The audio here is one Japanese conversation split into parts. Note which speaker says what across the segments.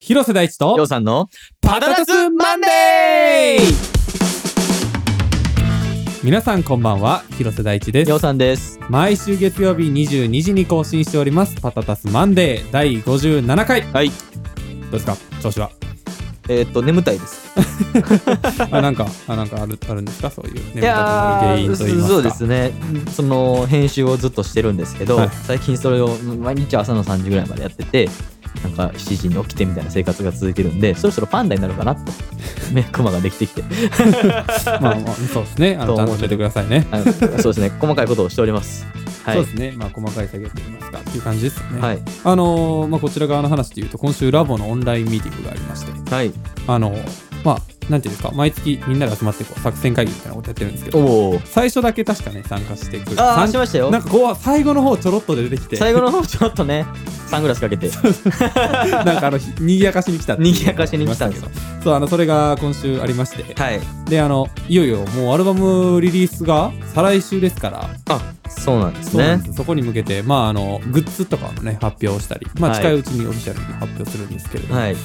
Speaker 1: 広瀬大地
Speaker 2: よう
Speaker 1: と
Speaker 2: さんの
Speaker 1: パタタスマンデー皆さんこんばんは広瀬大地です
Speaker 2: ようさんです。
Speaker 1: 毎週月曜日22時に更新しておりますパタタスマンデー第57回ど
Speaker 2: はい。
Speaker 1: うですか調子は
Speaker 2: えーっと眠たいです。
Speaker 1: あなんかあなんかあるあるんですかそういう眠たくなる原
Speaker 2: ー
Speaker 1: 因といいますか
Speaker 2: そうですね。その編集をずっとしてるんですけど、
Speaker 1: はい
Speaker 2: 最近それを毎日朝の3時ぐらいまでやってて、なんか7時に起きてみたいな生活が続いてるんで、そろそろパンダになるかな と、ね、クマができてきて、
Speaker 1: まあ、まあそうですねあの
Speaker 2: と
Speaker 1: ちゃん
Speaker 2: 思
Speaker 1: と
Speaker 2: っ
Speaker 1: 出
Speaker 2: て
Speaker 1: てくださいね、
Speaker 2: あのそうですね。細かいことをしております。はい。
Speaker 1: そうですねまあ細かい作業といいますかっていう感じですね、
Speaker 2: はい。
Speaker 1: あのーまあこちら側の話でいうと今週ラボのオンラインミーティングがありまして
Speaker 2: はい。
Speaker 1: あの、まあ、なんていうんですか、毎月みんなで集まってこう作戦会議みたいなことやってるんですけ
Speaker 2: お
Speaker 1: ど、
Speaker 2: お。
Speaker 1: 最初だけ確かね、参加してくる。
Speaker 2: ああ
Speaker 1: 参
Speaker 2: しましたよ
Speaker 1: な。んかこう、最後の方ちょろっと出てきて、
Speaker 2: 最後の方ちょっとね、サングラスかけ て、
Speaker 1: なんかあの、ひ賑やかしに来たっていう
Speaker 2: 賑やかしに来たんですよ
Speaker 1: ありましたけどそう、あの、それが今週ありまして、
Speaker 2: はい。
Speaker 1: で、あの、いよいよもうアルバムリリースが再来週ですから、
Speaker 2: あ、そうなんです
Speaker 1: そうなん
Speaker 2: ね
Speaker 1: です。そこに向けて、まあ、あの、グッズとかもね、発表したり、まあ、
Speaker 2: はい
Speaker 1: 近いうちにオフィシャルに発表するんですけれども、
Speaker 2: はい。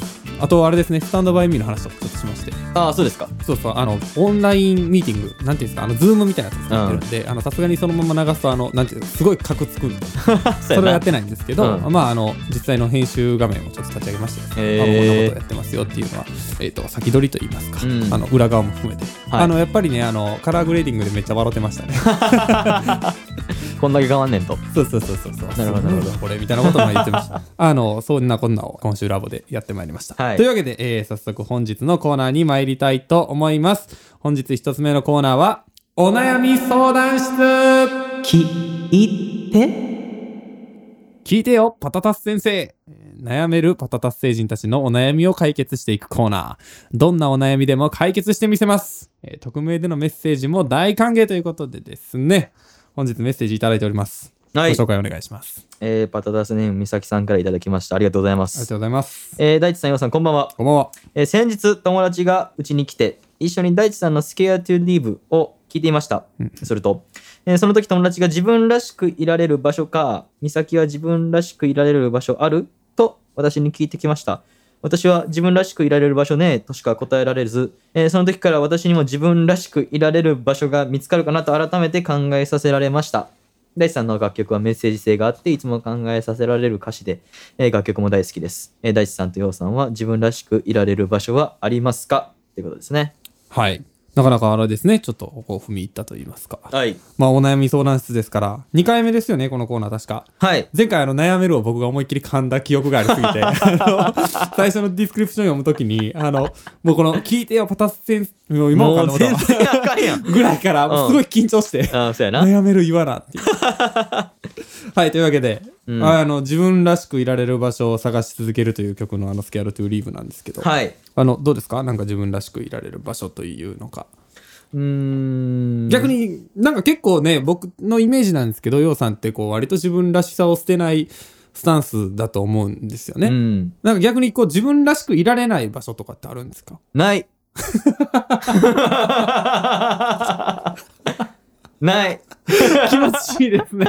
Speaker 1: あと、あれですね、スタンドバイミーの話とかちょっとしまして、
Speaker 2: ああ、そうですか。
Speaker 1: そうそう、あの、オンラインミーティング、なんていうんですか、あの、ズームみたいなやつ使ってるんで、あの、さすがにそのまま流すと、あの、なんていうのすごいカクつくんで、 そ
Speaker 2: そ
Speaker 1: れ
Speaker 2: う
Speaker 1: はや
Speaker 2: や
Speaker 1: ってないんですけど、
Speaker 2: う
Speaker 1: まあ、あの、実際の編集画面もちょっと立ち上げましてですね、
Speaker 2: へー
Speaker 1: あのこんなことやってますよっていうのは、えっ、と、先取りと言いますか、
Speaker 2: うん
Speaker 1: あの、裏側も含めて、
Speaker 2: はい
Speaker 1: あの、やっぱりね、あの、カラーグレーディングでめっちゃ笑ってましたね。
Speaker 2: な。こんだけ変わんねんと。
Speaker 1: そうそうそうそうそう。
Speaker 2: なるほどなるほど
Speaker 1: そうこれみたいなことも言ってました。あの、そんなこんなを今週ラボでやってまいりました。
Speaker 2: はい
Speaker 1: というわけで、えー早速本日のコーナーに参りたいと思います。本日一つ目のコーナーは、お悩み相談室
Speaker 2: き、いって
Speaker 1: 聞いてよ、パタタス先生えー悩めるパタタス星人たちのお悩みを解決していくコーナー。どんなお悩みでも解決してみせます。えー匿名でのメッセージも大歓迎ということでですね、本日メッセージいただいております。
Speaker 2: はい
Speaker 1: ご紹介お願いします。
Speaker 2: えー、パタダスネームみさきさんからいただきました。ありがとうございま
Speaker 1: ありが
Speaker 2: す。
Speaker 1: とうございます。
Speaker 2: えー、大地さん、ようさん、こんばんは。
Speaker 1: こんばんは。
Speaker 2: えー先日、友達がうちに来て、一緒に大地さんの Scare to Live を聞いていました。すると、えーその時友達が自分らしくいられる場所か、美咲は自分らしくいられる場所あると私に聞いてきました。私は自分らしくいられる場所ねとしか答えられず、えーその時から私にも自分らしくいられる場所が見つかるかなと改めて考えさせられました。大地さんの楽曲はメッセージ性があっていつも考えさせられる歌詞で、えー楽曲も大好きです、えー大地さんと陽さんは自分らしくいられる場所はありますかってことですね
Speaker 1: はい。なかなかあれですね、ちょっとここ踏み入ったと言いますか。
Speaker 2: はい
Speaker 1: まあ、お悩み相談室ですから、2回目ですよね、このコーナー確か。
Speaker 2: はい
Speaker 1: 前回あの悩めるを僕が思いっきり噛んだ記憶がありすぎ て、あの最初のディスクリプション読むときに、あの、もうこの聞いてよパタス先生、もう今も噛
Speaker 2: も
Speaker 1: ん
Speaker 2: う
Speaker 1: だこと
Speaker 2: 全然あかんやん
Speaker 1: ぐらいから、もうすごい緊張して、
Speaker 2: ああそうやな
Speaker 1: 悩める言わなって いう。はい、というわけで、
Speaker 2: うん
Speaker 1: あの、自分らしくいられる場所を探し続けるという曲のあの、スケアルトゥーリーブなんですけど、
Speaker 2: はい
Speaker 1: あの、どうですかなんか自分らしくいられる場所というのか。
Speaker 2: うーん
Speaker 1: 逆になんか結構ね僕のイメージなんですけどようさんってこう割と自分らしさを捨てないスタンスだと思うんですよね、
Speaker 2: うん
Speaker 1: なんか逆にこう自分らしくいられない場所とかってあるんですか
Speaker 2: ない ない
Speaker 1: 気持ちいいですね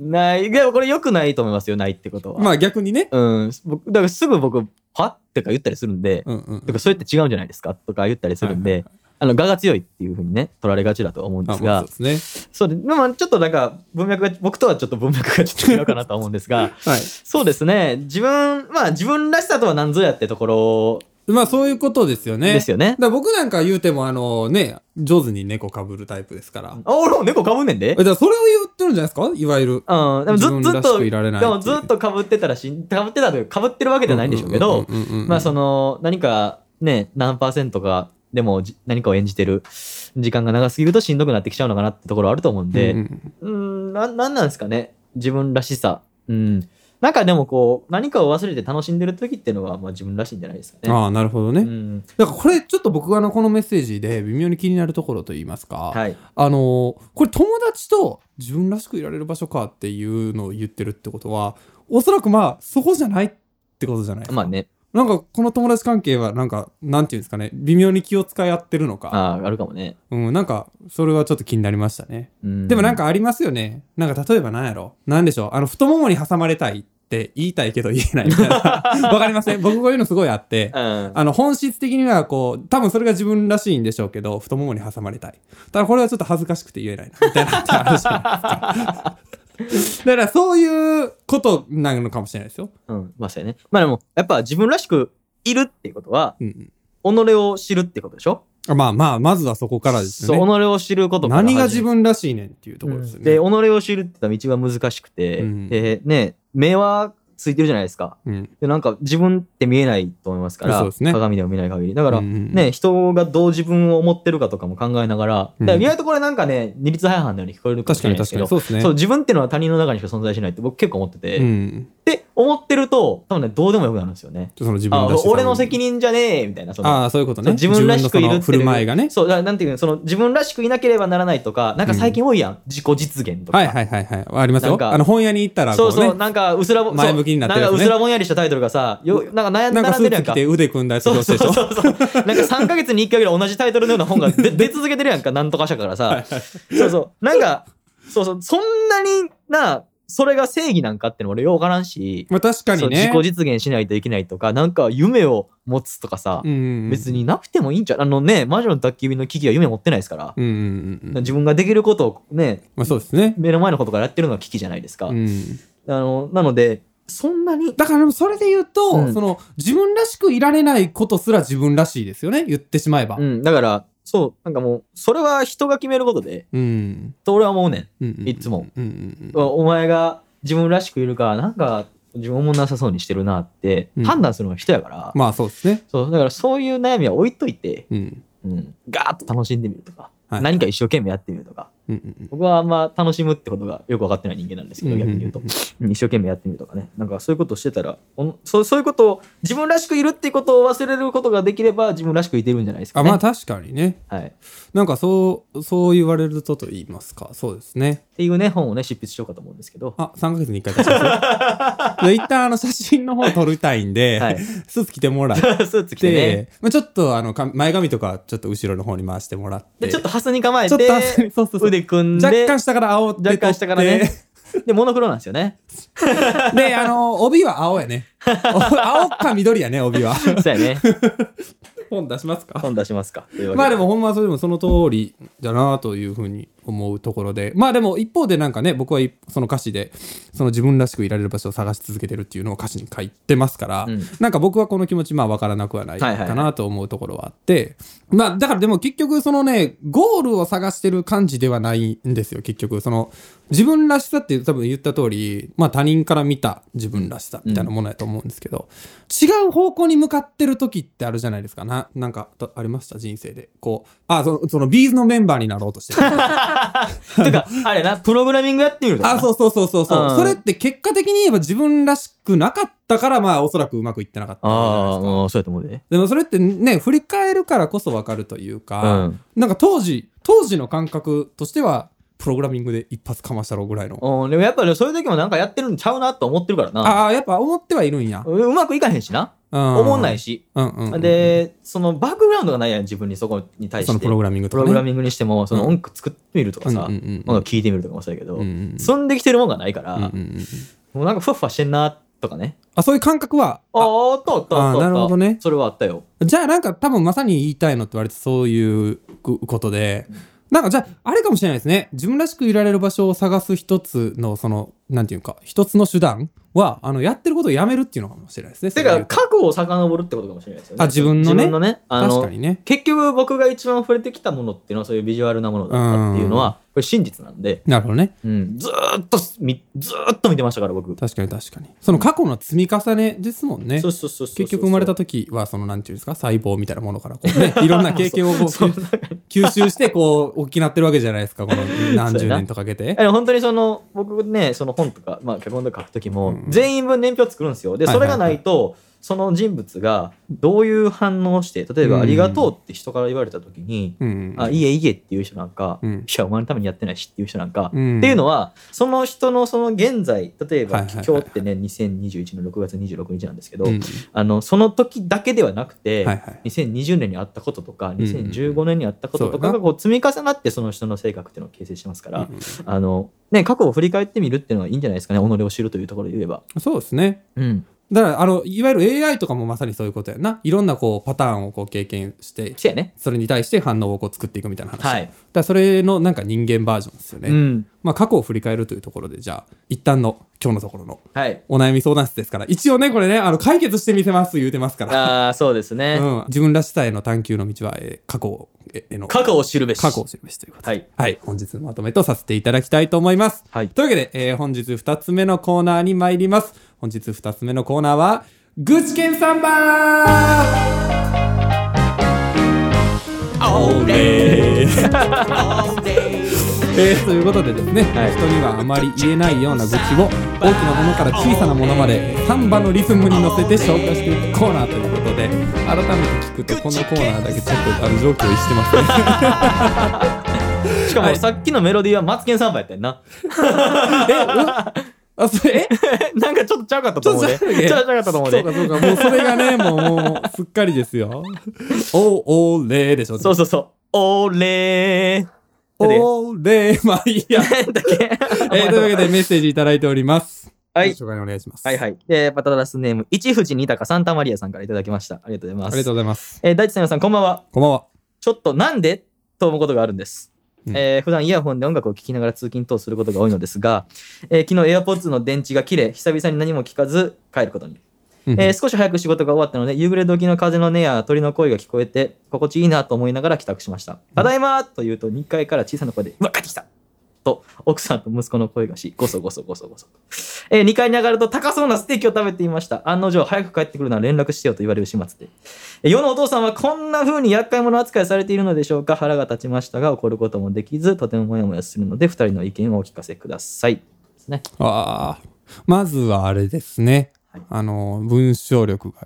Speaker 2: ないでもこれ良くないと思いますよないってことは、
Speaker 1: まあ逆にね
Speaker 2: うん僕だからすぐ僕はってか言ったりするんで、
Speaker 1: うんうん
Speaker 2: とかそうやって違うんじゃないですかとか言ったりするんで、あの我が強いっていうふうにね取られがちだと思うんで
Speaker 1: あ
Speaker 2: す
Speaker 1: まあ
Speaker 2: が
Speaker 1: そうです
Speaker 2: そうでまあちょっとなんか文脈が僕とはちょっと文脈がちょっと違うかなとは思うんです が
Speaker 1: ねはい
Speaker 2: そうですね自分まあ自分らしさとは何ぞやってところ
Speaker 1: まあそういうことですよね
Speaker 2: ですよね
Speaker 1: だ。から僕なんか言うてもあのね上手に猫かぶるタイプですから
Speaker 2: あ俺も猫かぶんねんで
Speaker 1: え。だからそれを言ってるんじゃないですかいわゆる
Speaker 2: うん、でもず
Speaker 1: 自分
Speaker 2: ず
Speaker 1: らし
Speaker 2: っと
Speaker 1: くいられないって
Speaker 2: で
Speaker 1: いう
Speaker 2: もずっとかぶってたらしかぶってたというかぶってるわけじゃないんでしょうけど、
Speaker 1: うんうんうんうん
Speaker 2: まあその何かね何パーセントかでもじ何かを演じてる時間が長すぎるとしんどくなってきちゃうのかなってところあると思うんで、
Speaker 1: うんうん
Speaker 2: うーん、な、なんなんですかね。自分らしさ。うん。なんかでもこう、何かを忘れて楽しんでる時っていうのは、まあ自分らしいんじゃないですかね。
Speaker 1: ああなるほどね、
Speaker 2: うん。
Speaker 1: だからこれちょっと僕があのこのメッセージで微妙に気になるところと言いますか、
Speaker 2: はい。
Speaker 1: あのーこれ友達と自分らしくいられる場所かっていうのを言ってるってことはおそらくまあそこじゃないってことじゃない、
Speaker 2: まあね、
Speaker 1: なんかこの友達関係はなんかなんていうんですかね微妙に気を使い合ってるのか、
Speaker 2: ああ、あるかもね。
Speaker 1: うん、なんかそれはちょっと気になりましたね
Speaker 2: うん。
Speaker 1: でもなん、かありますよねなんか例えばなんやろなんでしょうあの太ももに挟まれたいっって言いたいけど言えないみたい な。わかりません僕こういうのすごいあって。
Speaker 2: うん。
Speaker 1: あの、本質的にはこう、多分それが自分らしいんでしょうけど、太ももに挟まれたい。ただこれはちょっと恥ずかしくて言えないな、みたいなってあるじゃないです か。だからそういうことなのかもしれないですよ。
Speaker 2: うん。まあそうやね。まあでも、やっぱ自分らしくいるっていうことは、
Speaker 1: うんうん
Speaker 2: 己を知るってことでしょ
Speaker 1: あまあまあ、まずはそこからです
Speaker 2: そう、
Speaker 1: よね。
Speaker 2: 己を知ることから
Speaker 1: 何が自
Speaker 2: 始める
Speaker 1: 分らしいねんっていうところですよね。
Speaker 2: で己を知るって言ったら道が難しくて、
Speaker 1: うん
Speaker 2: でね目はついてるじゃないですか
Speaker 1: うん、
Speaker 2: でなんか自分って見えないと思いますから
Speaker 1: そうですね
Speaker 2: 鏡でも見ない限りだから、
Speaker 1: うんうん
Speaker 2: ね人がどう自分を思ってるかとかも考えながら
Speaker 1: うん
Speaker 2: だから意外とこれなんかね二律背反のように聞こえるか
Speaker 1: 確
Speaker 2: もし
Speaker 1: か
Speaker 2: れな
Speaker 1: に
Speaker 2: いで
Speaker 1: 確
Speaker 2: すけ
Speaker 1: か
Speaker 2: ど
Speaker 1: に。そうですね。
Speaker 2: そう自分ってのは他人の中にしか存在しないって僕結構思ってて、
Speaker 1: う
Speaker 2: っ
Speaker 1: ん。
Speaker 2: て思ってると多分ねどうでもよくなるんですよね。
Speaker 1: その自
Speaker 2: あ
Speaker 1: 分らしさ
Speaker 2: 俺の責任じゃねえみたいなその
Speaker 1: ああ、そういうこと
Speaker 2: そ
Speaker 1: ね。
Speaker 2: う自分らしくいる
Speaker 1: 自分のその
Speaker 2: って
Speaker 1: 振
Speaker 2: いう
Speaker 1: る舞いがね。
Speaker 2: そうだなんていうのその自分らしくいなければならないとかなんか最近多いやん、自己実現とか、
Speaker 1: はいはいはいはい。あります
Speaker 2: な
Speaker 1: よ
Speaker 2: ん。か
Speaker 1: あの、本屋に行ったら、こ
Speaker 2: そううそう、
Speaker 1: ね、
Speaker 2: なんかうすらぼ
Speaker 1: 前向きになってるやつ
Speaker 2: そう
Speaker 1: ね
Speaker 2: んかうすらぼんやりしたタイトルがさよなんか悩ん
Speaker 1: なんかス
Speaker 2: 並んでる
Speaker 1: ー
Speaker 2: や
Speaker 1: ツ
Speaker 2: んか
Speaker 1: 着て腕組んだやつ
Speaker 2: そう
Speaker 1: 同士
Speaker 2: そう
Speaker 1: でしょ。
Speaker 2: そうそう なんか3か月に1回ぐらい同じタイトルのよう な本が出出続けてるやんかなんとか社からさ、そうそうなんかそうそうそんなになそれが正義なんかっての俺よう分からんし、
Speaker 1: まあ確か
Speaker 2: そう
Speaker 1: にね。
Speaker 2: 自己実現しないといけないとかなんか夢を持つとかさ、
Speaker 1: うん。
Speaker 2: 別。になくてもいいんちゃうあのね魔女の宅急便の危機は夢持ってないですから、
Speaker 1: うんうんうんうん。
Speaker 2: 自分ができることをね
Speaker 1: まあそうですね。
Speaker 2: 目の前のことからやってるのが危機じゃないですか、
Speaker 1: うん。
Speaker 2: あのなのでそんなに
Speaker 1: だからでもそれで言うと、
Speaker 2: うん
Speaker 1: その、自分らしくいられないことすら自分らしいですよね。言ってしまえば。
Speaker 2: うん、だから、そう、なんかもう、それは人が決めることで、
Speaker 1: うん。
Speaker 2: と俺は思うねん。
Speaker 1: うんうん
Speaker 2: いつも。
Speaker 1: うんうんうん。
Speaker 2: おお前が自分らしくいるか、なんか自分もなさそうにしてるなって
Speaker 1: うん
Speaker 2: 判断するのが人やから、
Speaker 1: まあそうですね。
Speaker 2: そう、だからそういう悩みは置いといて、
Speaker 1: うん。
Speaker 2: うん、ガーッと楽しんでみるとか、
Speaker 1: はい
Speaker 2: 何か一生懸命やってみるとか、
Speaker 1: うんうん
Speaker 2: 僕はあんま楽しむってことがよく分かってない人間なんですけ
Speaker 1: う
Speaker 2: ど、
Speaker 1: ん
Speaker 2: 逆に言うと、うん一生懸命やってみるとかね、なんかそういうことをしてたら、おんそうそういうことを、自分らしくいるっていうことを忘れることができれば、自分らしくいてるんじゃないですか
Speaker 1: あ、
Speaker 2: ね。
Speaker 1: まあ確かにね。
Speaker 2: はい
Speaker 1: なんかそう、そう言われるとと言いますか。そうですね。
Speaker 2: っていうね、本をね、執筆しようかと思うんです けど。
Speaker 1: あ、3ヶ月に1回出 しますよで一旦あの写真の方撮りたいんで、
Speaker 2: はい
Speaker 1: スーツ着てもらって、
Speaker 2: スーツ着てね。
Speaker 1: まあ、ちょっとあのか前髪とかちょっと後ろの方に回してもらって、
Speaker 2: で、ちょっとハスに構えて、
Speaker 1: ちょっとハスにそうそうそう
Speaker 2: 腕組んで、
Speaker 1: 若干下から青で
Speaker 2: 若干下からね。で、モノクロなんですよね。
Speaker 1: 撮って。で、あの、帯は青や ね。お青か緑やね、帯は。
Speaker 2: そうやね。
Speaker 1: 本出しますか
Speaker 2: 本出しますか。というわけ
Speaker 1: まあでもほんまそれでもその通りだなというふうに思うところでまあでも一方でなんかね僕はいその歌詞でその自分らしくいられる場所を探し続けてるっていうのを歌詞に書いてますから、
Speaker 2: うん
Speaker 1: なんか僕はこの気持ちまあ分からなくはない
Speaker 2: はいはいはい
Speaker 1: かなと思うところはあって、まあだからでも結局そのねゴールを探してる感じではないんですよ結局その自分らしさって多分言った通りまあ他人から見た自分らしさみたいなものやと思うんですけど、違う方向に向かってる時ってあるじゃないですかななんかとありました人生でこうあそのそのビーズのメンバーになろうとしてる
Speaker 2: てか、あれな、プログラミングやってみるとかな
Speaker 1: あそうそうそうそうそう、
Speaker 2: うん
Speaker 1: それって結果的に言えば自分らしくなかったからまあおそらくうまくいってなかったじゃない
Speaker 2: あ
Speaker 1: ですか
Speaker 2: あ、もうそうやと思うで。
Speaker 1: でもそれってね振り返るからこそ分かるという
Speaker 2: う
Speaker 1: か、
Speaker 2: ん。
Speaker 1: なんか当時当時の感覚としてはプログラミングで一発かましたろうぐらいの
Speaker 2: うんでもやっぱりそういう時もなんかやってるんちゃうなと思ってるからな。
Speaker 1: ああやっぱ思ってはいるんや、
Speaker 2: ううまくいかへんしな。
Speaker 1: うん、
Speaker 2: 思んないし。
Speaker 1: うんうんうん
Speaker 2: で、そのバックグラウンドがないやん、自分にそこに対して。
Speaker 1: そのプログラミング
Speaker 2: プ
Speaker 1: とか、
Speaker 2: ロ
Speaker 1: ね、
Speaker 2: グラミングにしても、その
Speaker 1: うん
Speaker 2: 音楽作ってみるとかさ、
Speaker 1: う
Speaker 2: なん
Speaker 1: う
Speaker 2: ん
Speaker 1: んうんうん
Speaker 2: か聞いてみるとかもそうやけど
Speaker 1: うん、うんうん
Speaker 2: そんできてるもんがないから、
Speaker 1: うんうんうん
Speaker 2: もうなんかふわふわしてんなとかね。
Speaker 1: あそういう感覚は
Speaker 2: ああ、あったあったあったあった。
Speaker 1: あーなるほどね
Speaker 2: それはあったよ。
Speaker 1: じゃあなんか多分まさに言いたいのって割とそういうことで、なんかじゃああれかもしれないですね。自分らしくいられる場所を探す一つのその、なんていうか、一つの手段は、あの、やってることをやめるっていうのかもしれないですね。そ
Speaker 2: て
Speaker 1: れで
Speaker 2: か、
Speaker 1: 言うと
Speaker 2: 過去を遡るってことかもしれないですよね。
Speaker 1: あ自分のね
Speaker 2: 自分のね。あ
Speaker 1: 確か
Speaker 2: の、
Speaker 1: にね。
Speaker 2: 結局僕が一番触れてきたものっていうのはそういうビジュアルなものだったっていうのは、これ真実なんで、
Speaker 1: なるほどね。
Speaker 2: うん、ずーっとみ、ずーっと見てましたから僕。
Speaker 1: 確かに確かに。その過去の積み重ねですもんね。
Speaker 2: そうそうそうそう。
Speaker 1: 結局生まれた時はそのなんていうんですか細胞みたいなものからこうね いろんな経験をこう
Speaker 2: そう
Speaker 1: 吸収してこう大きくなってるわけじゃないですかこの何十年とかけて
Speaker 2: あの本当にその僕ねその本とか、まあ、脚本とか書く時も、
Speaker 1: うん
Speaker 2: 全員分年表作るんですよで
Speaker 1: はい
Speaker 2: そ
Speaker 1: は
Speaker 2: れ
Speaker 1: いはい
Speaker 2: がないと、その人物がどういう反応をして例え
Speaker 1: う
Speaker 2: ば「
Speaker 1: ん
Speaker 2: ありがとう」って人から言われた時に
Speaker 1: うん
Speaker 2: 「あいいえいいえ」っていう人なんか「
Speaker 1: うん
Speaker 2: いやお前のためにやってないし」っていう人なんか、
Speaker 1: うん
Speaker 2: っていうのはその人のその現在例えば、
Speaker 1: はいはいはい
Speaker 2: 今日ってね2021年6月26日なんですけど、
Speaker 1: うん
Speaker 2: あのその時だけではなくて、
Speaker 1: はいはい
Speaker 2: 2020年にあったこととか
Speaker 1: んうん
Speaker 2: 2015年にあったこととか
Speaker 1: そう
Speaker 2: が
Speaker 1: や
Speaker 2: こう積み重なってその人の性格っていうのを形成してますから、
Speaker 1: うん
Speaker 2: あのね、過去を振り返ってみるっていうのはいいんじゃないですかね己を知るというところで言えば。
Speaker 1: そうですね
Speaker 2: うん、
Speaker 1: だからあのいわゆる AI とかもまさにそういうことやないろんなこうパターンをこう経験して
Speaker 2: そうやね。
Speaker 1: それに対して反応をこう作っていくみたいな話、
Speaker 2: は
Speaker 1: だ
Speaker 2: い
Speaker 1: か、らそれのなんか人間バージョンですよね、
Speaker 2: うん
Speaker 1: まあ、過去を振り返るというところでじゃあ一旦の今日のところの
Speaker 2: はい、
Speaker 1: お悩み相談室ですから一応ねこれねあの解決してみせます言うてますから、
Speaker 2: ああそうですね、
Speaker 1: うん、自分らしさへの探求の道は、えー過去をえへの
Speaker 2: 過去を知るべし。
Speaker 1: 過去を知るべしということで
Speaker 2: はい、
Speaker 1: はい、本日のまとめとさせていただきたいと思います
Speaker 2: はい
Speaker 1: というわけで、えー本日2つ目のコーナーに参ります本日2つ目のコーナーは愚痴県サンバ
Speaker 2: 俺
Speaker 1: えーということでですね、
Speaker 2: はい
Speaker 1: 人にはあまり言えないような愚痴を大きなものから小さなものまでサンバのリズムに乗せて紹介していくコーナーということで改めて聞くとこのコーナーだけちょっとあの上級してますね
Speaker 2: しかも、
Speaker 1: はい
Speaker 2: さっきのメロディーはマツケンサンバやったよな。
Speaker 1: え うあそれえ
Speaker 2: なんかちょっとちゃうかったと思うで。
Speaker 1: ちょっとちゃうね
Speaker 2: ちゃうちゃうかったと思う
Speaker 1: そう
Speaker 2: で
Speaker 1: か。そうかもうそれがねもうもうすっかりです よおおれでしょ
Speaker 2: そうそうそう。俺ー。
Speaker 1: おーれー、まあい いや。え
Speaker 2: だっけ
Speaker 1: ーというわけでメッセージいただいております。
Speaker 2: はい
Speaker 1: 紹介お願いします。
Speaker 2: はい
Speaker 1: い。
Speaker 2: はい。えー、パタダラスネーム、一藤二鷹サンタマリアさんからいただきました。ありがとうござ
Speaker 1: あ
Speaker 2: いま
Speaker 1: りが
Speaker 2: す。
Speaker 1: とう
Speaker 2: う
Speaker 1: ございます。
Speaker 2: えー、大地さん皆さん、こんばんは。
Speaker 1: こんばんは。
Speaker 2: ちょっとなんでと思うことがあるんです。
Speaker 1: うん
Speaker 2: えー普段イヤホンで音楽を聴きながら通勤等することが多いのですが、えー昨日 AirPods の電池が切れ久々に何も聞かず帰ることに、えー少し早く仕事が終わったので夕暮れ時の風の音や鳥の声が聞こえて心地いいなと思いながら帰宅しました「ただいま!」と言うと2階から小さな声で「うわ帰ってきた!」と奥さんと息子の声がしゴソゴソゴソゴソと、え2階に上がると高そうなステーキを食べていました案の定早く帰ってくるなら連絡してよと言われる始末でえ世のお父さんはこんな風に厄介者扱いされているのでしょうか腹が立ちましたが怒ることもできずとてもモヤモヤするので2人の意見をお聞かせくださいですね
Speaker 1: ああ、まずはあれですね。
Speaker 2: はい
Speaker 1: あの、文章力が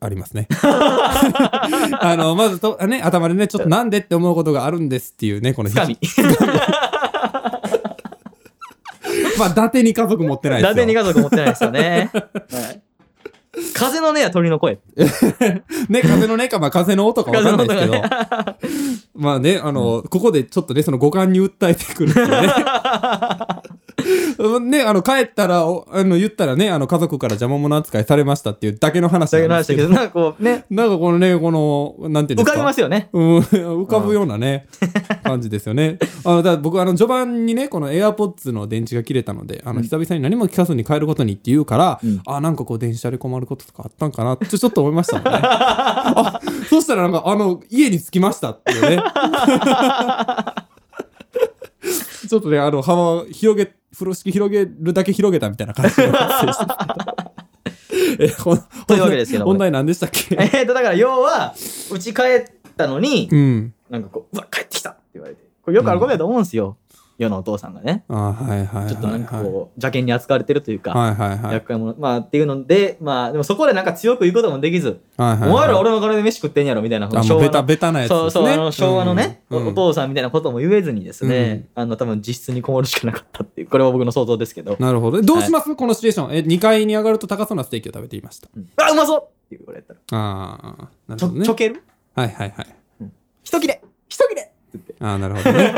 Speaker 1: あり ますね。 あの、まずと、ね、頭でね、ちょっとなんでって思うことがあるんですっていうね、この
Speaker 2: つかみ
Speaker 1: まあ、伊達に家族持ってないですよ。
Speaker 2: 伊達に家族持ってないですよ ね、はい風の音や鳥の声
Speaker 1: ね、風のねか、まあ、風の音かわかんないですけど
Speaker 2: 風。
Speaker 1: まあね、あの、ここでちょっとね、その五感に訴えてくるっていう ね。ね、あの、帰ったら、おあの、言ったらね、あの、家族から邪魔者扱いされましたっていうだけの話
Speaker 2: だけ
Speaker 1: なんで
Speaker 2: の話
Speaker 1: す
Speaker 2: だ
Speaker 1: け
Speaker 2: け
Speaker 1: ど。
Speaker 2: どなんかこうね
Speaker 1: なんかこのね、この、なんていうんです
Speaker 2: 浮
Speaker 1: か。
Speaker 2: かびますよね
Speaker 1: うん、浮かぶようなね、感じですよね。あのだから僕、あの序盤にね、この AirPods の電池が切れたので、あの久々に何も聞かずに帰ることにって言うから、
Speaker 2: うん
Speaker 1: あ、なんかこう、電車で困ることとかあったんかなって、ちょっと思いましたもんね。あそしたら、なんか、あの、家に着きましたっていう ね。ちょっとね、あの、幅を広げ、風呂敷広げるだけ広げたみたいな感じ の話でした。えほん
Speaker 2: というわけですけども
Speaker 1: 本題何でしたっ
Speaker 2: え
Speaker 1: け
Speaker 2: ーとだから要はうち帰ったのに
Speaker 1: うん。
Speaker 2: なんかこう「うわ帰ってきた!」って言われてこれよくあることだと思うんですよ、世のお父さんがね
Speaker 1: あはいはいはいはい。
Speaker 2: ちょっとなんかこう、邪険に扱われてるというか、
Speaker 1: はいはいはい。
Speaker 2: 厄介者まあっていうのでまあでもそこでなんか強く言うこともできず
Speaker 1: はいは
Speaker 2: 「
Speaker 1: いはい、
Speaker 2: お前ら俺の金で飯食ってんやろ」みたいな
Speaker 1: あも
Speaker 2: 昭
Speaker 1: う
Speaker 2: 和
Speaker 1: ベタ
Speaker 2: の
Speaker 1: ベタなやつです
Speaker 2: そ
Speaker 1: ね。
Speaker 2: うそうあの昭和のね、
Speaker 1: うん
Speaker 2: おお父さんみたいなことも言えずにですね、あの多分実質にこもるしかなかったっていうこれは僕の想像ですけど「
Speaker 1: なるほど。どうします、このシチュエーション。え、2階に上がると高そうなステーキを食べていました。
Speaker 2: うんあうまそう!」って言われたら「
Speaker 1: ああ、な
Speaker 2: ち
Speaker 1: る
Speaker 2: ょ
Speaker 1: ほどね
Speaker 2: ちょ。ける
Speaker 1: はいはいはい。
Speaker 2: 一切れ一切れ!」って言って。
Speaker 1: ああ、なるほど ね。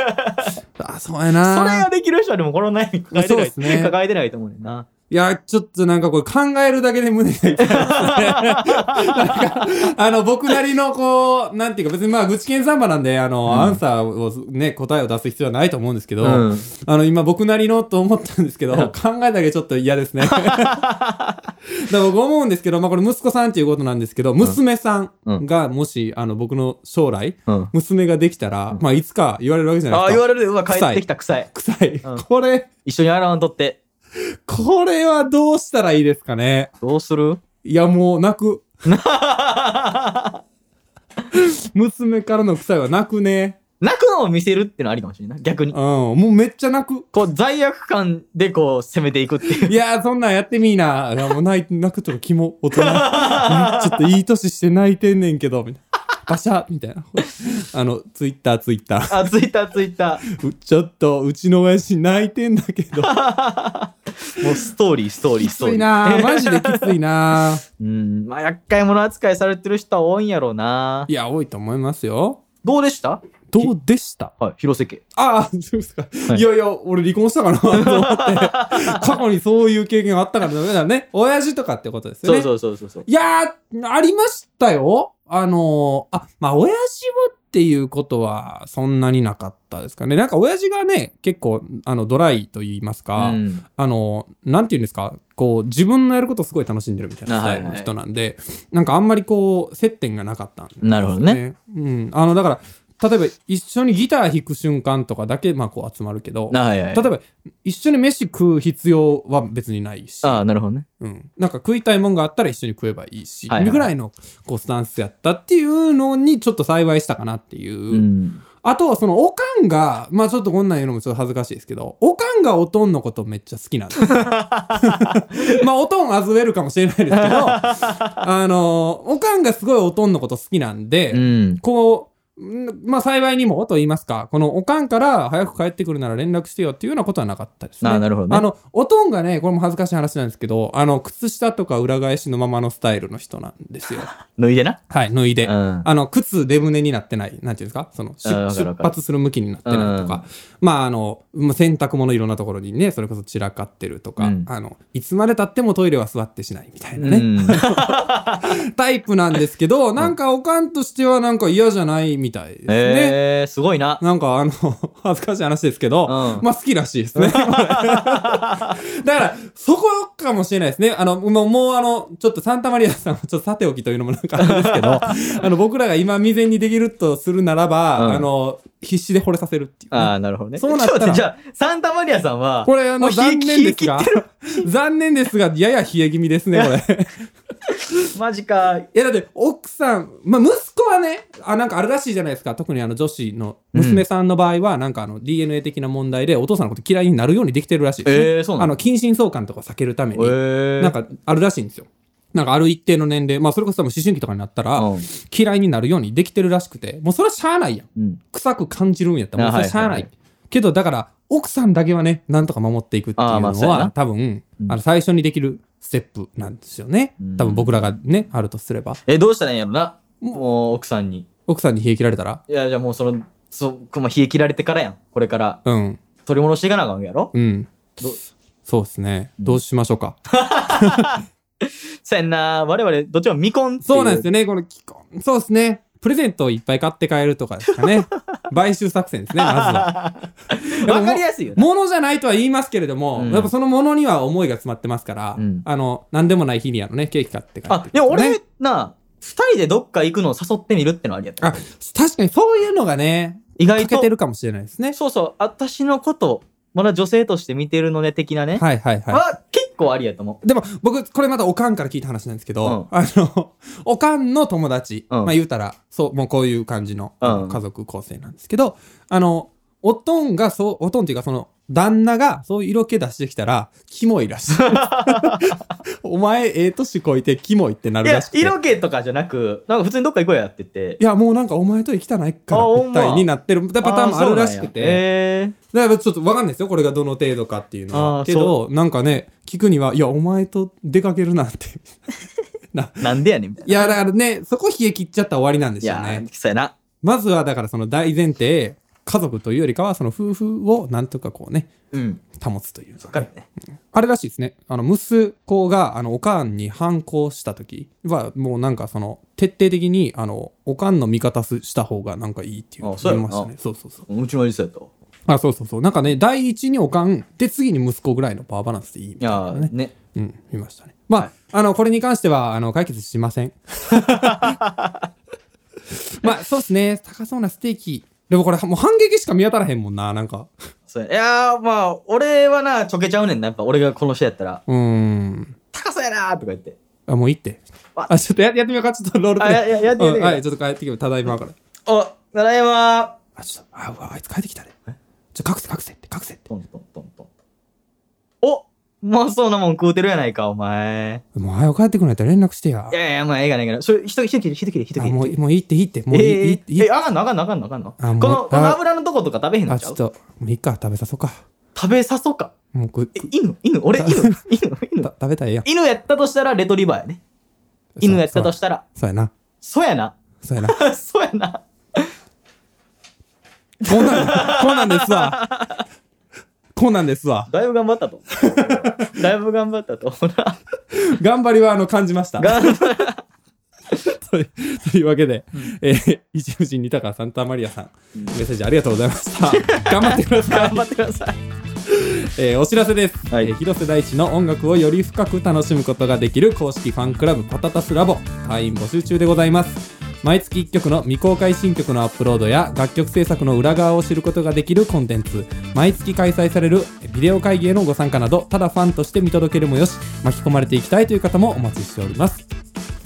Speaker 1: あそうや
Speaker 2: それ
Speaker 1: な
Speaker 2: が。できる人はでもこの悩み抱えて
Speaker 1: そう
Speaker 2: な
Speaker 1: で
Speaker 2: い、
Speaker 1: すね
Speaker 2: 抱えてないと思うねんな。
Speaker 1: いや、ちょっとなんかこれ考えるだけで胸が痛い ですね。なんか、あの、僕なりのこう、なんていうか別にまあ、愚痴研サンバなんで、あの、アンサーをね、答えを出す必要はないと思うんですけど、
Speaker 2: うん
Speaker 1: あの、今僕なりのと思ったんですけど、考えだけちょっと嫌 ですね。だから僕思うんですけど、まあこれ息子さんっていうことなんですけど、娘さんがもし、あの、僕の将来、
Speaker 2: うん
Speaker 1: 娘ができたら、まあいつか言われるわけじゃ
Speaker 2: あ
Speaker 1: な
Speaker 2: あ
Speaker 1: い
Speaker 2: 言
Speaker 1: で
Speaker 2: われるでうわ帰ってきた臭い
Speaker 1: すか。臭い。
Speaker 2: うん
Speaker 1: これ、
Speaker 2: 一緒に洗わんとって
Speaker 1: これはどうしたらいいですかね。
Speaker 2: どうする
Speaker 1: いや、もう泣く。
Speaker 2: あ
Speaker 1: 娘からの臭いは泣くね。
Speaker 2: 泣くのを見せるっていうのはありかもしれないな逆に
Speaker 1: うん、もうめっちゃ泣く。
Speaker 2: こう罪悪感でこう攻めていくって いう
Speaker 1: いやー、そんなんやってみーな。いやもう泣い泣くとかキモ、大人。 ちょっといい年して泣いてんねんけど、みたいな。バシャーみたいな。 あの、ツイッター、ツイッタ
Speaker 2: あツイッターツイッタ
Speaker 1: ー。うちょっと、うちの親父泣いてんだ けど。
Speaker 2: ーもうストーリーストーリー
Speaker 1: き
Speaker 2: ストー
Speaker 1: つい
Speaker 2: リー
Speaker 1: なー。 マジできついなー。
Speaker 2: うんまあ厄介者扱いされてる人は多いんやろうない
Speaker 1: や、多いと思いますよ。
Speaker 2: どうでした
Speaker 1: どうでした
Speaker 2: はい広瀬家
Speaker 1: ああ、そうですか。
Speaker 2: はい
Speaker 1: い、やいや、俺離婚したかなと思って、過去にそういう経験があったからだめだね。親父とかってことですよ
Speaker 2: そう
Speaker 1: ね。
Speaker 2: そうそうそうそう
Speaker 1: いやー、ありましたよ。あのーあ、まあ、親父はっていうことはそんなになかったですかね。なんか親父がね、結構、あの、ドライと言いますか、
Speaker 2: うん
Speaker 1: あのーなんて言うんですか、こう、自分のやることをすごい楽しんでるみたいな
Speaker 2: あ
Speaker 1: ス
Speaker 2: はい
Speaker 1: タイ
Speaker 2: はい
Speaker 1: ルの人なんで、なんかあんまりこう、接点がなかったんで
Speaker 2: なるほどね
Speaker 1: うん。あの、だから、例えば一緒にギター弾く瞬間とかだけ、まあこう集まるけど、
Speaker 2: あはいは
Speaker 1: 例
Speaker 2: い
Speaker 1: えば一緒に飯食う必要は別にないし、
Speaker 2: ああなるほどね
Speaker 1: うん。なんか食いたいもんがあったら一緒に食えばいいし、
Speaker 2: はいはい
Speaker 1: ぐらいのこうスタンスやったっていうのにちょっと幸いしたかなっていう。
Speaker 2: うん
Speaker 1: あとはそのおかんが、まあちょっとこんなん言うのもちょっと恥ずかしいですけど、おかんがおとんのことめっちゃ好きなん ですよ。まあおとんあずえるかもしれないですけど、 あの、おかんがすごいおとんのこと好きなんで、
Speaker 2: うん
Speaker 1: こうんまあ幸いにもと言いますか、このおかんから早く帰ってくるなら連絡してよっていうようなことはなかったですね。
Speaker 2: あなるほどね
Speaker 1: あの、おとんがね、これも恥ずかしい話なんですけど、あの、靴下とか裏返しのままのスタイルの人なん ですよ。
Speaker 2: 脱いでな
Speaker 1: はい、脱いで。
Speaker 2: うん
Speaker 1: あの、靴出胸になってない、なんていうんですか、その、出
Speaker 2: わかる
Speaker 1: 出
Speaker 2: わかる
Speaker 1: 発する向きになってないとか、まあ、あの、まあ洗濯物いろんなところにね、それこそ散らかってるとか、
Speaker 2: うん
Speaker 1: あの、いつまでたってもトイレは座ってしないみたいなね、
Speaker 2: うん
Speaker 1: タイプなんですけど、なんかおかんとしてはなんか嫌じゃないみたいですね。
Speaker 2: えーすごいな
Speaker 1: なんかあの、 恥ずかしい話ですけど、
Speaker 2: うん
Speaker 1: まあ好きらしいです ね。これだから、そこかもしれないですね。あの、もう、もうあの、ちょっとサンタマリアさんはちょっとさておきというのもなんかあれです けど、あの、僕らが今未然にできるとするならば、
Speaker 2: うん
Speaker 1: あの、必死で惚れさせるっていうね、
Speaker 2: ああなるほどね
Speaker 1: そうなったら
Speaker 2: ちょっと待てじゃあサンタマリアさんは
Speaker 1: これ、あ
Speaker 2: も
Speaker 1: の、
Speaker 2: うひ
Speaker 1: 残念ですが、残念ですが、やや冷え気味ですね、これ。
Speaker 2: マジか
Speaker 1: いやだって奥さん、まあ、息子はねあなんかあるらしいじゃないですか特にあの女子の娘さんの場合は、なんかあの DNA 的な問題でお父さんのこと嫌いになるようにできてるらしいですね
Speaker 2: えーそうな
Speaker 1: あ
Speaker 2: の
Speaker 1: の近親相関とか避けるため
Speaker 2: え
Speaker 1: に、
Speaker 2: ー
Speaker 1: なんかあるらしいんですよなんかある一定の年齢、まあ、それこそ多分思春期とかになったら、
Speaker 2: うん
Speaker 1: 嫌いになるようにできてるらしくてもうそれはしゃあないやん
Speaker 2: うん
Speaker 1: 臭く感じるんやったらもう
Speaker 2: あ
Speaker 1: それはしゃあない,、
Speaker 2: はいはいは
Speaker 1: けどだから奥さんだけはねなんとか守っていくっていう
Speaker 2: あーまあそう
Speaker 1: の
Speaker 2: や
Speaker 1: は
Speaker 2: な
Speaker 1: 多分
Speaker 2: うん
Speaker 1: あの最初にできるステップなんですよね、
Speaker 2: うん
Speaker 1: 多分僕らがねあるとすれば
Speaker 2: えどうしたらいいんやろなもう奥さんに
Speaker 1: 奥さんに冷え切られたら
Speaker 2: いやじゃあもうそのそうまあ冷え切られてからやんこれから
Speaker 1: うん
Speaker 2: 取り戻していかなあかんわけやろ
Speaker 1: うん
Speaker 2: ど
Speaker 1: そうですね、
Speaker 2: うん
Speaker 1: どうしましょうか
Speaker 2: せんな我々どっちも未婚っていう
Speaker 1: そうなんですよねこの既婚そうですねプレゼントをいっぱい買って帰るとかですか ね買収作戦ですねまずは
Speaker 2: わかりやすいよ
Speaker 1: で
Speaker 2: ね
Speaker 1: もも物じゃないとは言いますけれども、
Speaker 2: うん
Speaker 1: やっぱそのものには思いが詰まってますから、
Speaker 2: うん
Speaker 1: あの何でもない日にあのねケーキ買って帰って
Speaker 2: あ
Speaker 1: きて
Speaker 2: で
Speaker 1: ね
Speaker 2: も俺な二人でどっか行くのを誘ってみるってのはありやった
Speaker 1: あ確かにそういうのがね
Speaker 2: 意外
Speaker 1: 欠け
Speaker 2: と
Speaker 1: てるかもしれないですね
Speaker 2: そうそう私のことまだ女性として見てるのね的なね
Speaker 1: はいはいはい
Speaker 2: は結構ありやと思
Speaker 1: でも僕これまたおかんから聞いた話なんですけど、あの おかんの友達、
Speaker 2: うん
Speaker 1: まあ言うたらそうもうこういう感じのあ
Speaker 2: う
Speaker 1: の
Speaker 2: ん
Speaker 1: 家族構成なんですけど、あのおとんがそうおとんっていうかその旦那がそういう色気出してきたらキモいらしい お前ええ年こいてキモいってな
Speaker 2: うい
Speaker 1: るら
Speaker 2: や
Speaker 1: しくていや
Speaker 2: 色気とかじゃなくなんか普通にどっか行こうやって言って
Speaker 1: もうなんかお前と生きたないか
Speaker 2: あ
Speaker 1: ら
Speaker 2: ほん
Speaker 1: み
Speaker 2: ま
Speaker 1: たいになってるパターンもあるらしくて、
Speaker 2: え
Speaker 1: だからちょっとわかんないですよこれがどの程度かっていうの
Speaker 2: あー
Speaker 1: はけどなんかね聞くにはいやお前と出かけるなんてな
Speaker 2: ー、なんでやねんみた い
Speaker 1: いや、だからね、そこ冷え切っちゃったら終わりなんですよ
Speaker 2: ないや
Speaker 1: ね。
Speaker 2: ーそうやな
Speaker 1: まずは、だからその大前提、家族というよりかは、その夫婦をなんとかこうね、
Speaker 2: うん
Speaker 1: 保つという
Speaker 2: わ
Speaker 1: か
Speaker 2: か
Speaker 1: ね
Speaker 2: るね
Speaker 1: あれらしいですね。あの、息子が、あの、おかんに反抗した時は、もうなんかその、徹底的に、あの、おかんの味方すした方がなんかいいっていうの
Speaker 2: あそうや
Speaker 1: 言い
Speaker 2: ろ
Speaker 1: ましたね。そうそうそう。
Speaker 2: うちの親父そうやったわ
Speaker 1: あ、そうそうそう。なんかね、第一におかん、で、次に息子ぐらいのパワーバランスでいいみ
Speaker 2: い
Speaker 1: たい
Speaker 2: や
Speaker 1: な
Speaker 2: ー
Speaker 1: ね。
Speaker 2: ね
Speaker 1: うん、見ましたね。まあ、
Speaker 2: はい
Speaker 1: あの、これに関しては、あの、解決しま せん。まあ、そうですね。高そうなステーキ。でもこれ、もう反撃しか見当たらへんもんな、なんか。
Speaker 2: そうやいやーまあ俺はなちょけちゃうねんなやっぱ俺がこの人やったら
Speaker 1: うーん。
Speaker 2: 「高さやな!」とか言って
Speaker 1: あ、もういいって。
Speaker 2: わ
Speaker 1: あ、ちょっとややってみようか。ちょっとロールプレイ
Speaker 2: あやややってみて
Speaker 1: うんはい、ちょっと帰ってきて、ただいまから。
Speaker 2: 「おただいま
Speaker 1: あ、ちょっと、あ、うわあいつ帰ってきたで。ちょ、隠せ、隠せって、隠せって。
Speaker 2: トントントントン。おもうそうなもん食うてるやないか、お前。
Speaker 1: もう、早く帰ってくんないと連絡してや
Speaker 2: い。やいや、まあ、ええがないええがない。それ、一切れ、一切れ、一切
Speaker 1: あ
Speaker 2: れ。
Speaker 1: もう、もういいって、いいって、もういい、
Speaker 2: ええ
Speaker 1: いい
Speaker 2: え
Speaker 1: って
Speaker 2: え
Speaker 1: いいっ
Speaker 2: え、あかんの、あかんの、あかんの、あかんの。
Speaker 1: あもう
Speaker 2: この、この
Speaker 1: あ
Speaker 2: 油のとことか食べへん
Speaker 1: て。
Speaker 2: の
Speaker 1: あ、
Speaker 2: ちゃ
Speaker 1: ちょ
Speaker 2: う
Speaker 1: っと、もういいか、食べさそうか。
Speaker 2: 食べさそうか。
Speaker 1: もうく、
Speaker 2: え
Speaker 1: く、
Speaker 2: 犬犬俺、
Speaker 1: た
Speaker 2: 犬犬犬
Speaker 1: た食べたらええやん。
Speaker 2: 犬やったとしたらレトリバーや ね。犬やったと
Speaker 1: そう
Speaker 2: したら、
Speaker 1: そうやな。
Speaker 2: そうやな。
Speaker 1: そうやな。こ
Speaker 2: そうやな。
Speaker 1: うなん、こうなんですわ。 こうなんですわ。
Speaker 2: だいぶ頑張っ たと。だいぶ頑張ったと。ほら。
Speaker 1: 頑張りは、あの、感じました。
Speaker 2: 頑張っ
Speaker 1: というというわけで、えー一部人二鷹サンタマリアさん、メッセージありがとうございました。 頑張ってください
Speaker 2: 頑。張ってください。
Speaker 1: えーお知らせです、
Speaker 2: はい
Speaker 1: えー広瀬大地の音楽をより深く楽しむことができる公式ファンクラブパタタスラボ会員募集中でございます毎月1曲の未公開新曲のアップロードや楽曲制作の裏側を知ることができるコンテンツ毎月開催されるビデオ会議へのご参加などただファンとして見届けるもよし巻き込まれていきたいという方もお待ちしております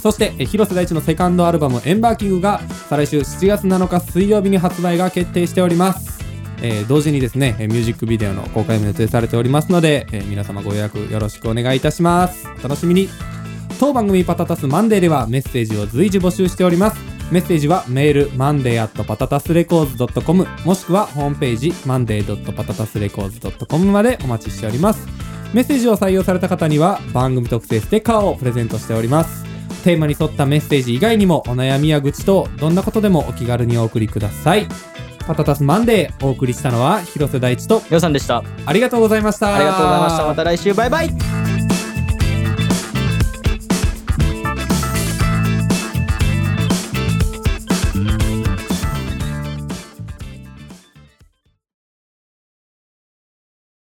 Speaker 1: そしてえー広瀬大地のセカンドアルバム「エンバーキング」が再来週7月7日水曜日に発売が決定しておりますえー同時にですね、えーミュージックビデオの公開も予定されておりますので、えー皆様ご予約よろしくお願いいたします。お楽しみに。当番組パタタスマンデーではメッセージを随時募集しております。メッセージはメール monday.patatasrecords.com もしくはホームページ monday.patatasrecords.com までお待ちしております。メッセージを採用された方には番組特製ステッカーをプレゼントしております。テーマに沿ったメッセージ以外にもお悩みや愚痴等どんなことでもお気軽にお送りください。パタタスマンデーお送りしたのは広瀬大地と
Speaker 2: りょうさんでした。
Speaker 1: ありがとうございました。
Speaker 2: ありがとうございました。また来週、バイバイ。